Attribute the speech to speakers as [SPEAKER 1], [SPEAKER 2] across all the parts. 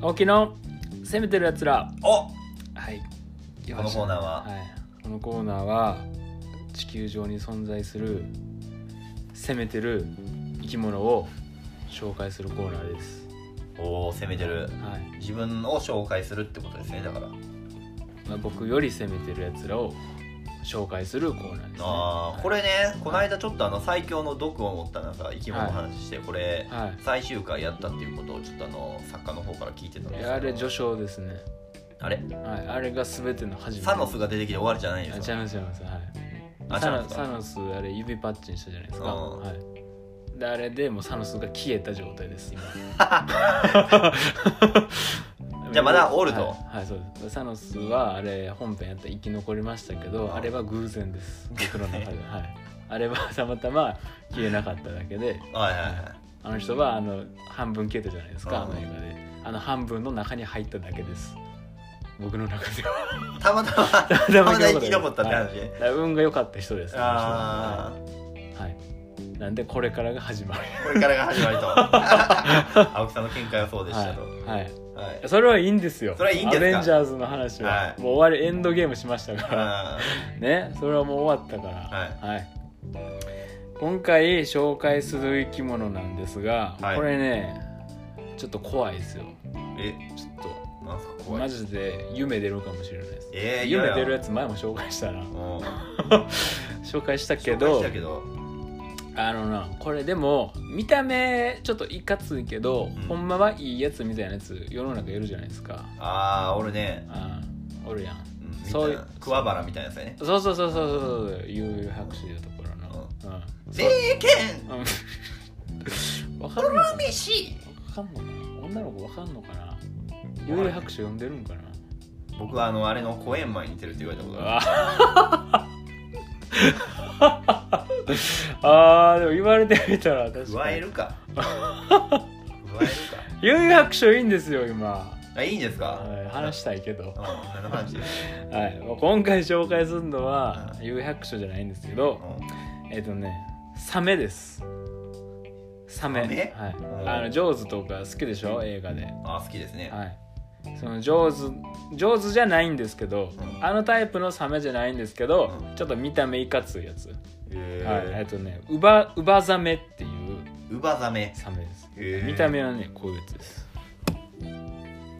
[SPEAKER 1] 青木の攻めてるやつら
[SPEAKER 2] おこ
[SPEAKER 1] はい来ま
[SPEAKER 2] の
[SPEAKER 1] した
[SPEAKER 2] コーナーは、
[SPEAKER 1] はい、このコーナーは地球上に存在する攻めてる生き物を紹介するコーナーです
[SPEAKER 2] おお攻めてる
[SPEAKER 1] はい、
[SPEAKER 2] 自分を紹介するってことですねだから
[SPEAKER 1] まあ、僕より攻めてるやつらを紹介するコーナーです、ね、
[SPEAKER 2] ああこれねこの間ちょっとあの最強の毒を持ったなんか生き物の話して、これ
[SPEAKER 1] は
[SPEAKER 2] 最終回やったっていうことをちょっとあの作家の方から聞いてたんです
[SPEAKER 1] い
[SPEAKER 2] け
[SPEAKER 1] い
[SPEAKER 2] ど
[SPEAKER 1] やあれ序章ですね、
[SPEAKER 2] あれ
[SPEAKER 1] はい、あれが全ての始まり
[SPEAKER 2] サノスが出てきて終わりじゃないん
[SPEAKER 1] あ
[SPEAKER 2] です
[SPEAKER 1] 違い
[SPEAKER 2] か
[SPEAKER 1] ます違いますはい
[SPEAKER 2] あ
[SPEAKER 1] サ
[SPEAKER 2] 違うん
[SPEAKER 1] ノ
[SPEAKER 2] です
[SPEAKER 1] サ
[SPEAKER 2] か
[SPEAKER 1] ノスあれ指パッチンしたじゃないですか、
[SPEAKER 2] うん
[SPEAKER 1] はい、であれでもうサノスが消えた状態です今
[SPEAKER 2] じゃあまだおると
[SPEAKER 1] はい、はいそうですサノスはあれ本編やったら生き残りましたけど、
[SPEAKER 2] うん
[SPEAKER 1] あれは偶然 です僕の中で、はい、あれはたまたま消えなかっただけで
[SPEAKER 2] はいはいはい
[SPEAKER 1] あの人はあの半分消えたじゃないですか、
[SPEAKER 2] うん
[SPEAKER 1] あの映画であの半分の中に入っただけです僕の中では
[SPEAKER 2] たまたまた
[SPEAKER 1] た
[SPEAKER 2] またま生き残ったって話、
[SPEAKER 1] はいだから運が良かった人ですあの人は
[SPEAKER 2] ああ
[SPEAKER 1] はい。なんでこれからが始まる。
[SPEAKER 2] これからが始まり と青木さんの見解はそうでしたと、
[SPEAKER 1] はい。はい。
[SPEAKER 2] はい
[SPEAKER 1] それはいいんですよ。
[SPEAKER 2] それはいいんですか
[SPEAKER 1] アベンジャーズの話は、
[SPEAKER 2] はい
[SPEAKER 1] もう終わりエンドゲームしましたか
[SPEAKER 2] あ
[SPEAKER 1] ら。ね、それはもう終わったから。。
[SPEAKER 2] はい
[SPEAKER 1] 今回紹介する生き物なんですが、
[SPEAKER 2] はい
[SPEAKER 1] これね、ちょっと怖いですよ。
[SPEAKER 2] ーえ
[SPEAKER 1] ちょっ
[SPEAKER 2] なんすか
[SPEAKER 1] と
[SPEAKER 2] 怖
[SPEAKER 1] マ
[SPEAKER 2] い
[SPEAKER 1] ジで夢出るかもしれないです。
[SPEAKER 2] えー、
[SPEAKER 1] 夢出る
[SPEAKER 2] や
[SPEAKER 1] やつ前も紹介したな
[SPEAKER 2] だうん
[SPEAKER 1] 紹介したけ
[SPEAKER 2] 紹介し
[SPEAKER 1] ど
[SPEAKER 2] たけど
[SPEAKER 1] あのなこれでも見た目ちょっといかついけど、
[SPEAKER 2] ん
[SPEAKER 1] ほんまはいいやつみたいなやつ世の中いるじゃないですか
[SPEAKER 2] ああ俺ね、
[SPEAKER 1] あーおるやん
[SPEAKER 2] うん、みたいな
[SPEAKER 1] そういう
[SPEAKER 2] 桑原みたいなやつやね
[SPEAKER 1] そうそうそうそうそうそう悠々白書でいうところのうん
[SPEAKER 2] 名犬
[SPEAKER 1] うんわかるのかなわ
[SPEAKER 2] 飯
[SPEAKER 1] かんのかな女の子わかんのかな悠々白書読んでるんかな
[SPEAKER 2] 僕はあのあれの公演前に似てるって言われたことがある
[SPEAKER 1] あーでも言われてみたら確
[SPEAKER 2] 加
[SPEAKER 1] か
[SPEAKER 2] え
[SPEAKER 1] に
[SPEAKER 2] る か加える
[SPEAKER 1] 悠々白書いいんですよ今、
[SPEAKER 2] かあいいんですか
[SPEAKER 1] はい、話したいけど
[SPEAKER 2] うん何の話です
[SPEAKER 1] はい、まあ今回紹介するのは有百書じゃないんですけど、えっ、とねサメですサメ
[SPEAKER 2] サメ
[SPEAKER 1] はい
[SPEAKER 2] うん
[SPEAKER 1] あのジョーズとか好きでしょ映画で
[SPEAKER 2] あ好きですね
[SPEAKER 1] はいそのジョーズジョーズじゃないんですけど、
[SPEAKER 2] うん
[SPEAKER 1] あのタイプのサメじゃないんですけど、
[SPEAKER 2] う
[SPEAKER 1] ちょっと見た目いかついやつ、はいえっ、
[SPEAKER 2] え
[SPEAKER 1] とねウバウバザメっていう
[SPEAKER 2] ウバザメ
[SPEAKER 1] サメです、
[SPEAKER 2] へー
[SPEAKER 1] 見た目はねこういうやつです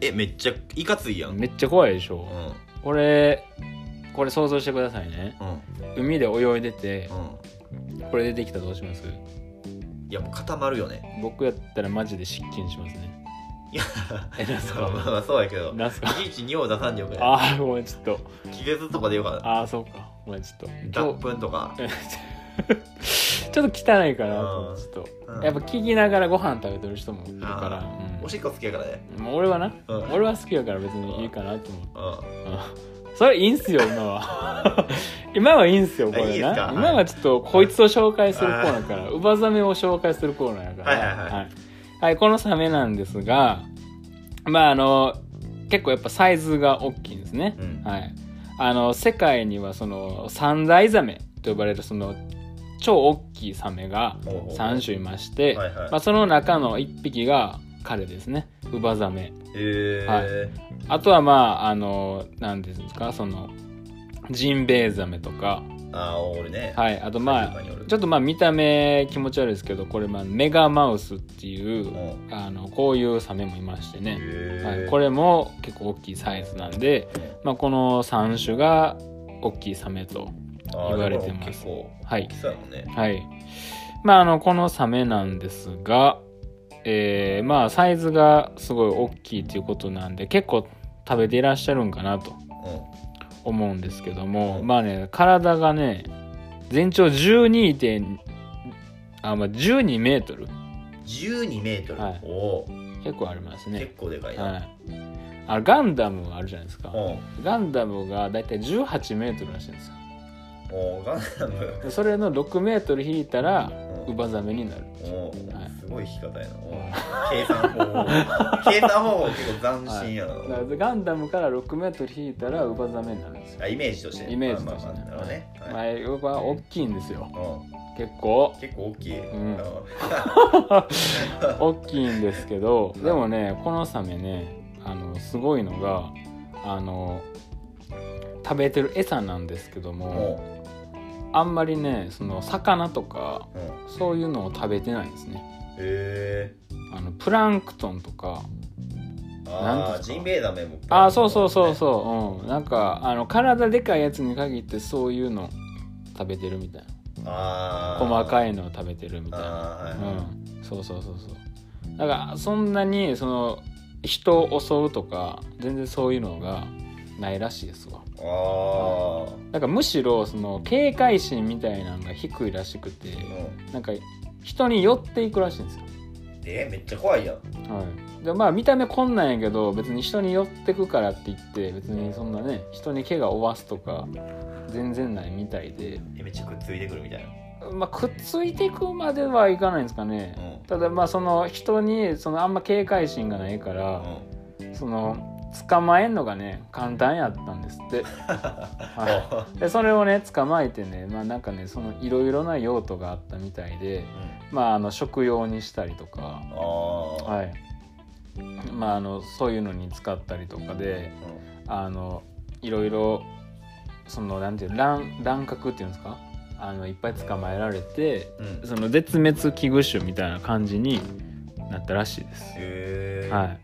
[SPEAKER 2] えめっちゃいかついやんうん
[SPEAKER 1] めっちゃ怖いでし
[SPEAKER 2] う
[SPEAKER 1] ょ、
[SPEAKER 2] ん
[SPEAKER 1] これこれ想像してくださいね
[SPEAKER 2] うん
[SPEAKER 1] 海で泳いでて、
[SPEAKER 2] う
[SPEAKER 1] これ出てきたらどうします
[SPEAKER 2] んいやもう固まるよね
[SPEAKER 1] 僕やったらマジで失禁します ね
[SPEAKER 2] いや
[SPEAKER 1] えなんす
[SPEAKER 2] そうまあ
[SPEAKER 1] か
[SPEAKER 2] まあそうやけど
[SPEAKER 1] なんすか
[SPEAKER 2] いちいち尿出さんでよくない
[SPEAKER 1] ああごめんちょっと
[SPEAKER 2] 気絶とかでよかった
[SPEAKER 1] ああそうかごめんちょっ
[SPEAKER 2] 脱
[SPEAKER 1] と今
[SPEAKER 2] 粉とか
[SPEAKER 1] 日 ちょっと汚いかなと思ってちょっ
[SPEAKER 2] うん
[SPEAKER 1] とやっぱ聞きながらご飯食べてる人もいるから
[SPEAKER 2] あ
[SPEAKER 1] うん
[SPEAKER 2] おしっこ好きやからね
[SPEAKER 1] もう俺はな
[SPEAKER 2] うん
[SPEAKER 1] 俺は好きやから別にいいかなと思って
[SPEAKER 2] う
[SPEAKER 1] うんそれいいんすよ今は 今はいいんすよこ
[SPEAKER 2] いい
[SPEAKER 1] れ
[SPEAKER 2] ですか
[SPEAKER 1] な
[SPEAKER 2] はい
[SPEAKER 1] 今はちょっとこいつを紹介するコーナーからウバザメを紹介するコーナーやから
[SPEAKER 2] はいはいはい
[SPEAKER 1] はいはいこのサメなんですがまああの結構やっぱサイズが大きいんですね、
[SPEAKER 2] うん
[SPEAKER 1] はいあの世界にはその三大ザメと呼ばれるその超大きいサメが
[SPEAKER 2] ほうほう
[SPEAKER 1] 3種いまして、
[SPEAKER 2] はいは
[SPEAKER 1] ま
[SPEAKER 2] い
[SPEAKER 1] あ、その中の1匹が彼ですねウバザメ
[SPEAKER 2] んへ
[SPEAKER 1] は
[SPEAKER 2] え
[SPEAKER 1] あとはまああの何ですかそのジンベエザメとか
[SPEAKER 2] ああ俺ね
[SPEAKER 1] はいあとまあちょ
[SPEAKER 2] っ
[SPEAKER 1] っとまあ見た目気持ち悪いですけどこれまあメガマウスっていうあのこういうサメもいましてね、はい、こ
[SPEAKER 2] れ
[SPEAKER 1] れも結構大きいサイズなんで、まあ、この3種が大きいサメと言われてます
[SPEAKER 2] 結構
[SPEAKER 1] はい
[SPEAKER 2] 大きそうやもんね
[SPEAKER 1] はいまああのこのサメなんですがえーまあサイズがすごい大きいということなんで結構食べていらっしゃるんかなと思うんですけども、
[SPEAKER 2] うん
[SPEAKER 1] まあね体がね全長12点あまあ12メートル
[SPEAKER 2] うん12メートル
[SPEAKER 1] はい
[SPEAKER 2] おー
[SPEAKER 1] 結構あります
[SPEAKER 2] 結
[SPEAKER 1] ね
[SPEAKER 2] 構でかい
[SPEAKER 1] は
[SPEAKER 2] ない
[SPEAKER 1] あガンダムあるじゃないですか
[SPEAKER 2] お
[SPEAKER 1] ガンダムがだいたい18メートルらしいんですよ
[SPEAKER 2] おガンダム
[SPEAKER 1] でそれの6メートル引いたらウバザメになる
[SPEAKER 2] お
[SPEAKER 1] はい
[SPEAKER 2] ーすごい引き方やなおー計算方 法計算方法結構斬新やな
[SPEAKER 1] だからガンダムから6メートル引いたらウバザメになるんですよ
[SPEAKER 2] あイメージとしてね
[SPEAKER 1] イメージとして
[SPEAKER 2] まあまあまあなるほどね
[SPEAKER 1] ね
[SPEAKER 2] はい
[SPEAKER 1] まあウバ大きいんですよ
[SPEAKER 2] う
[SPEAKER 1] 結構
[SPEAKER 2] ん結構大きい
[SPEAKER 1] ん
[SPEAKER 2] うん
[SPEAKER 1] 大きいんですけどでもねこのサメねあのすごいのがあの食べてる餌なんですけども、
[SPEAKER 2] も
[SPEAKER 1] あんまりねその魚とか
[SPEAKER 2] う、うん、へ
[SPEAKER 1] そういうのを食べてないんですね
[SPEAKER 2] え
[SPEAKER 1] あのプランクトンとかなん
[SPEAKER 2] あ
[SPEAKER 1] で
[SPEAKER 2] あ
[SPEAKER 1] すか
[SPEAKER 2] ジンベエザメも
[SPEAKER 1] あーそうそうそうそう、うん、なんかあの体でかいやつに限ってそういうの食べてるみたいな
[SPEAKER 2] ああ
[SPEAKER 1] 細
[SPEAKER 2] い
[SPEAKER 1] かいのを食べてるみたいな
[SPEAKER 2] ああーはいはい
[SPEAKER 1] うんそうそうそうそうだからそんなにその人を襲うとか全然そういうのがないらしいですわ
[SPEAKER 2] あ
[SPEAKER 1] だからむしろその警戒心みたいなのが低いらしくて
[SPEAKER 2] あ、うん、
[SPEAKER 1] なんか人に寄っていくらしいんですよ、
[SPEAKER 2] えめっちゃ怖いやん
[SPEAKER 1] はい、でまあ見た目こんなんやけど別に人に寄ってくからって言って別にそんなね人に怪我を負わすとか全然ないみたいで、
[SPEAKER 2] えめっちゃくっついてくるみたいな
[SPEAKER 1] まあ、くっついていくまではいかないんですかね、
[SPEAKER 2] うん
[SPEAKER 1] ただまあその人にそのあんま警戒心がないか
[SPEAKER 2] う
[SPEAKER 1] ら、
[SPEAKER 2] ん
[SPEAKER 1] その捕まえんのがね簡単やったんですって、はい、でそれをね捕まえてねまあなんかねそのいろいろな用途があったみたいで
[SPEAKER 2] うん
[SPEAKER 1] まああの食用にしたりとか、
[SPEAKER 2] ああい、
[SPEAKER 1] はいまああのそういうのに使ったりとかで
[SPEAKER 2] うん
[SPEAKER 1] あのいろいろそのなんていう乱乱獲っていうんですかあのいっぱい捕まえられて
[SPEAKER 2] うん、
[SPEAKER 1] その絶滅危惧種みたいな感じになったらしいです、
[SPEAKER 2] へえ、
[SPEAKER 1] はい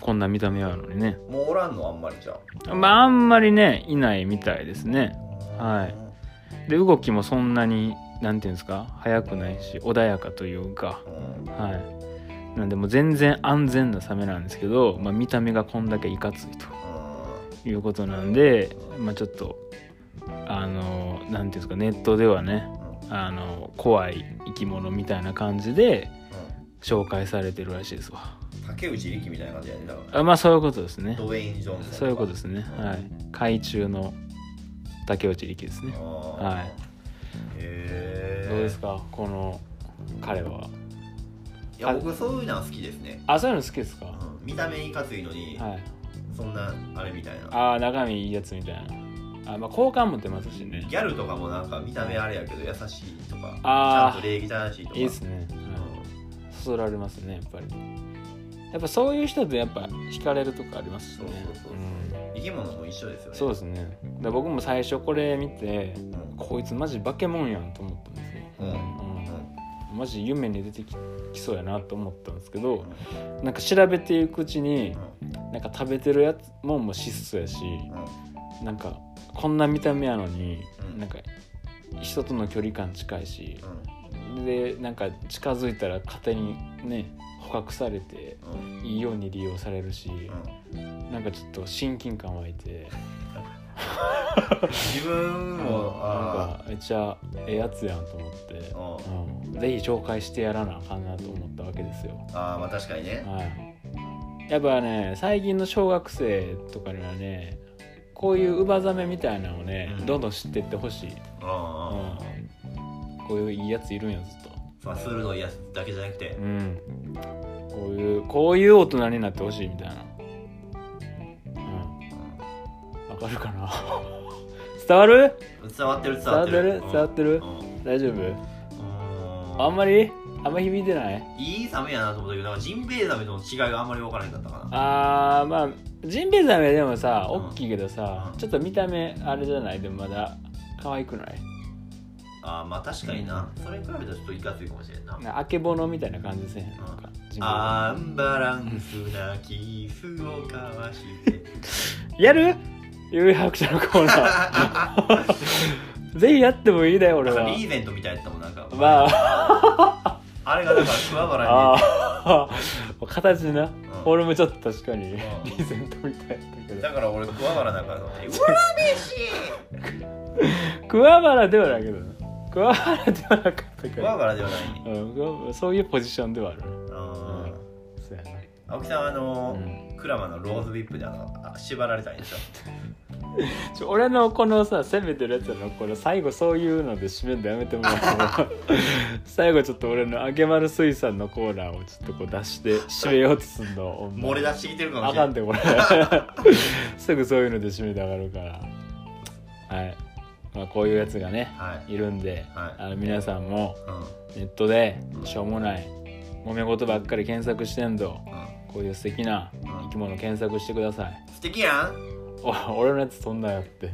[SPEAKER 1] こんな見た目あるのにね
[SPEAKER 2] もうおらんのあんまりじゃ
[SPEAKER 1] まああんまりねいないみたいですね
[SPEAKER 2] あ
[SPEAKER 1] はいで動きもそんなになんていうんですか速くないし穏やかというか
[SPEAKER 2] うん
[SPEAKER 1] はいなんでもう全然安全なサメなんですけど、まあ、見た目がこんだけいかついということなんで、まあ、ちょっとあのなんていうんですかネットではね
[SPEAKER 2] うんうん
[SPEAKER 1] あの怖い生き物みたいな感じで
[SPEAKER 2] う
[SPEAKER 1] 紹介されてるらしいですわ
[SPEAKER 2] ん竹内力みたいな感じやねだから
[SPEAKER 1] あまあそういうことですね
[SPEAKER 2] ドウェイン・ジョーンズ
[SPEAKER 1] そういうことですねはい海中の竹内力ですねは
[SPEAKER 2] はいへえ
[SPEAKER 1] どうですかこの彼はい
[SPEAKER 2] や僕そういうのは好きですね、
[SPEAKER 1] あそういうの好きですか
[SPEAKER 2] う
[SPEAKER 1] は
[SPEAKER 2] ん、見た目いかついのに、
[SPEAKER 1] い
[SPEAKER 2] そんなあれみたいな
[SPEAKER 1] ああ中身いいやつみたいなあまあ好感持ってますしね
[SPEAKER 2] ギャルとかもなんか見た目あれやけど優しいとかちゃ
[SPEAKER 1] あー
[SPEAKER 2] んと礼儀正しいとか
[SPEAKER 1] いいですね、はい、そそられますねやっぱりやっぱそういう人ってやっぱ惹かれるとこありますしね
[SPEAKER 2] そうそうそうそううん生き物も一緒ですよ
[SPEAKER 1] うん
[SPEAKER 2] ね
[SPEAKER 1] そうですねだから僕も最初これ見て
[SPEAKER 2] うん
[SPEAKER 1] こいつマジ化け物やんと思ったんですね、
[SPEAKER 2] うん
[SPEAKER 1] マジ夢に出てききそうやなと思ったんですけどなんか調べていくうちになんか食べてるやつもんも質素やしなんかこんな見た目やのに
[SPEAKER 2] うん
[SPEAKER 1] なんか人との距離感近いしでなんか近づいたら勝手にね捕獲されていいように利用されるしなんかちょっと親近感湧いて
[SPEAKER 2] 自分
[SPEAKER 1] なん
[SPEAKER 2] もあ
[SPEAKER 1] かめっちゃええやつやんと思って
[SPEAKER 2] ー、うん
[SPEAKER 1] うん、ぜひ紹介してやらなあかんなと思ったわけですよ。
[SPEAKER 2] あーまあ確かにね
[SPEAKER 1] はい、やっぱね最近の小学生とかにはねこういうウバザメみたいなのをね、
[SPEAKER 2] うん
[SPEAKER 1] どんどん知ってってほしい、
[SPEAKER 2] うんうんうん
[SPEAKER 1] こういういいやついるんよずっと、
[SPEAKER 2] まあ鋭いやつだけじゃなくて
[SPEAKER 1] うん、こういうこういう大人になってほしいみたいなうんわかるかな 伝わる
[SPEAKER 2] うん伝わってる伝
[SPEAKER 1] 伝
[SPEAKER 2] わ
[SPEAKER 1] わ
[SPEAKER 2] っ
[SPEAKER 1] ってて
[SPEAKER 2] る
[SPEAKER 1] る伝わってる大丈夫あん
[SPEAKER 2] ま
[SPEAKER 1] まりあんま響いてない
[SPEAKER 2] いいサメやなと思ったけどなんかジンベエザメとの違いがあんまり分からへんかったかな
[SPEAKER 1] あーまあジンベエザメでもさ
[SPEAKER 2] うん
[SPEAKER 1] 大きいけどさ、
[SPEAKER 2] うん
[SPEAKER 1] ちょっと見た目あれじゃないでもまだ可愛くない
[SPEAKER 2] あーまあ確かになそれに比べたらちょっといかついかもしれんな
[SPEAKER 1] なんかあけぼのみたいな感じせえへんなんかジンベエザ
[SPEAKER 2] アンバランスなキスを交わして
[SPEAKER 1] メやるゆる白書のコーナー ぜひやってもいいだよ俺
[SPEAKER 2] なんか
[SPEAKER 1] は
[SPEAKER 2] リーゼントみたいやったもんなんか
[SPEAKER 1] まあ
[SPEAKER 2] あれがだから桑原に
[SPEAKER 1] あー形な、俺もちょっと確かに、リ
[SPEAKER 2] ん
[SPEAKER 1] ーゼントみたいだったけど
[SPEAKER 2] だから俺桑原だからの 「うわ飯!」
[SPEAKER 1] 桑原ではないけどな桑原ではなかったか
[SPEAKER 2] 桑
[SPEAKER 1] ら、
[SPEAKER 2] 原ではないね
[SPEAKER 1] うん桑原、そういうポジションではある
[SPEAKER 2] うん
[SPEAKER 1] そうやな
[SPEAKER 2] 青木さんはあの
[SPEAKER 1] う
[SPEAKER 2] クラマのローズビップであのあ縛られたんでしょ
[SPEAKER 1] ちょ俺のこのさ攻めてるやつのこれ最後そういうので締めるのやめてもら っても最後ちょっと俺の揚げ丸水産のコーナーをちょっとこう出して締めようとすんの
[SPEAKER 2] 漏れ出
[SPEAKER 1] だ
[SPEAKER 2] してきてるかも
[SPEAKER 1] あ
[SPEAKER 2] しれ
[SPEAKER 1] か
[SPEAKER 2] なんい
[SPEAKER 1] でこれすぐそういうので締めて上がるからはい、まあ、こういうやつがね
[SPEAKER 2] はい
[SPEAKER 1] いるんで、
[SPEAKER 2] はい
[SPEAKER 1] あの皆さんも
[SPEAKER 2] うん
[SPEAKER 1] ネットでしょうもない揉め事ばっかり検索してんと
[SPEAKER 2] うん
[SPEAKER 1] こういう素敵な生き物検索してください
[SPEAKER 2] 素敵やん
[SPEAKER 1] お俺のやつそんなやって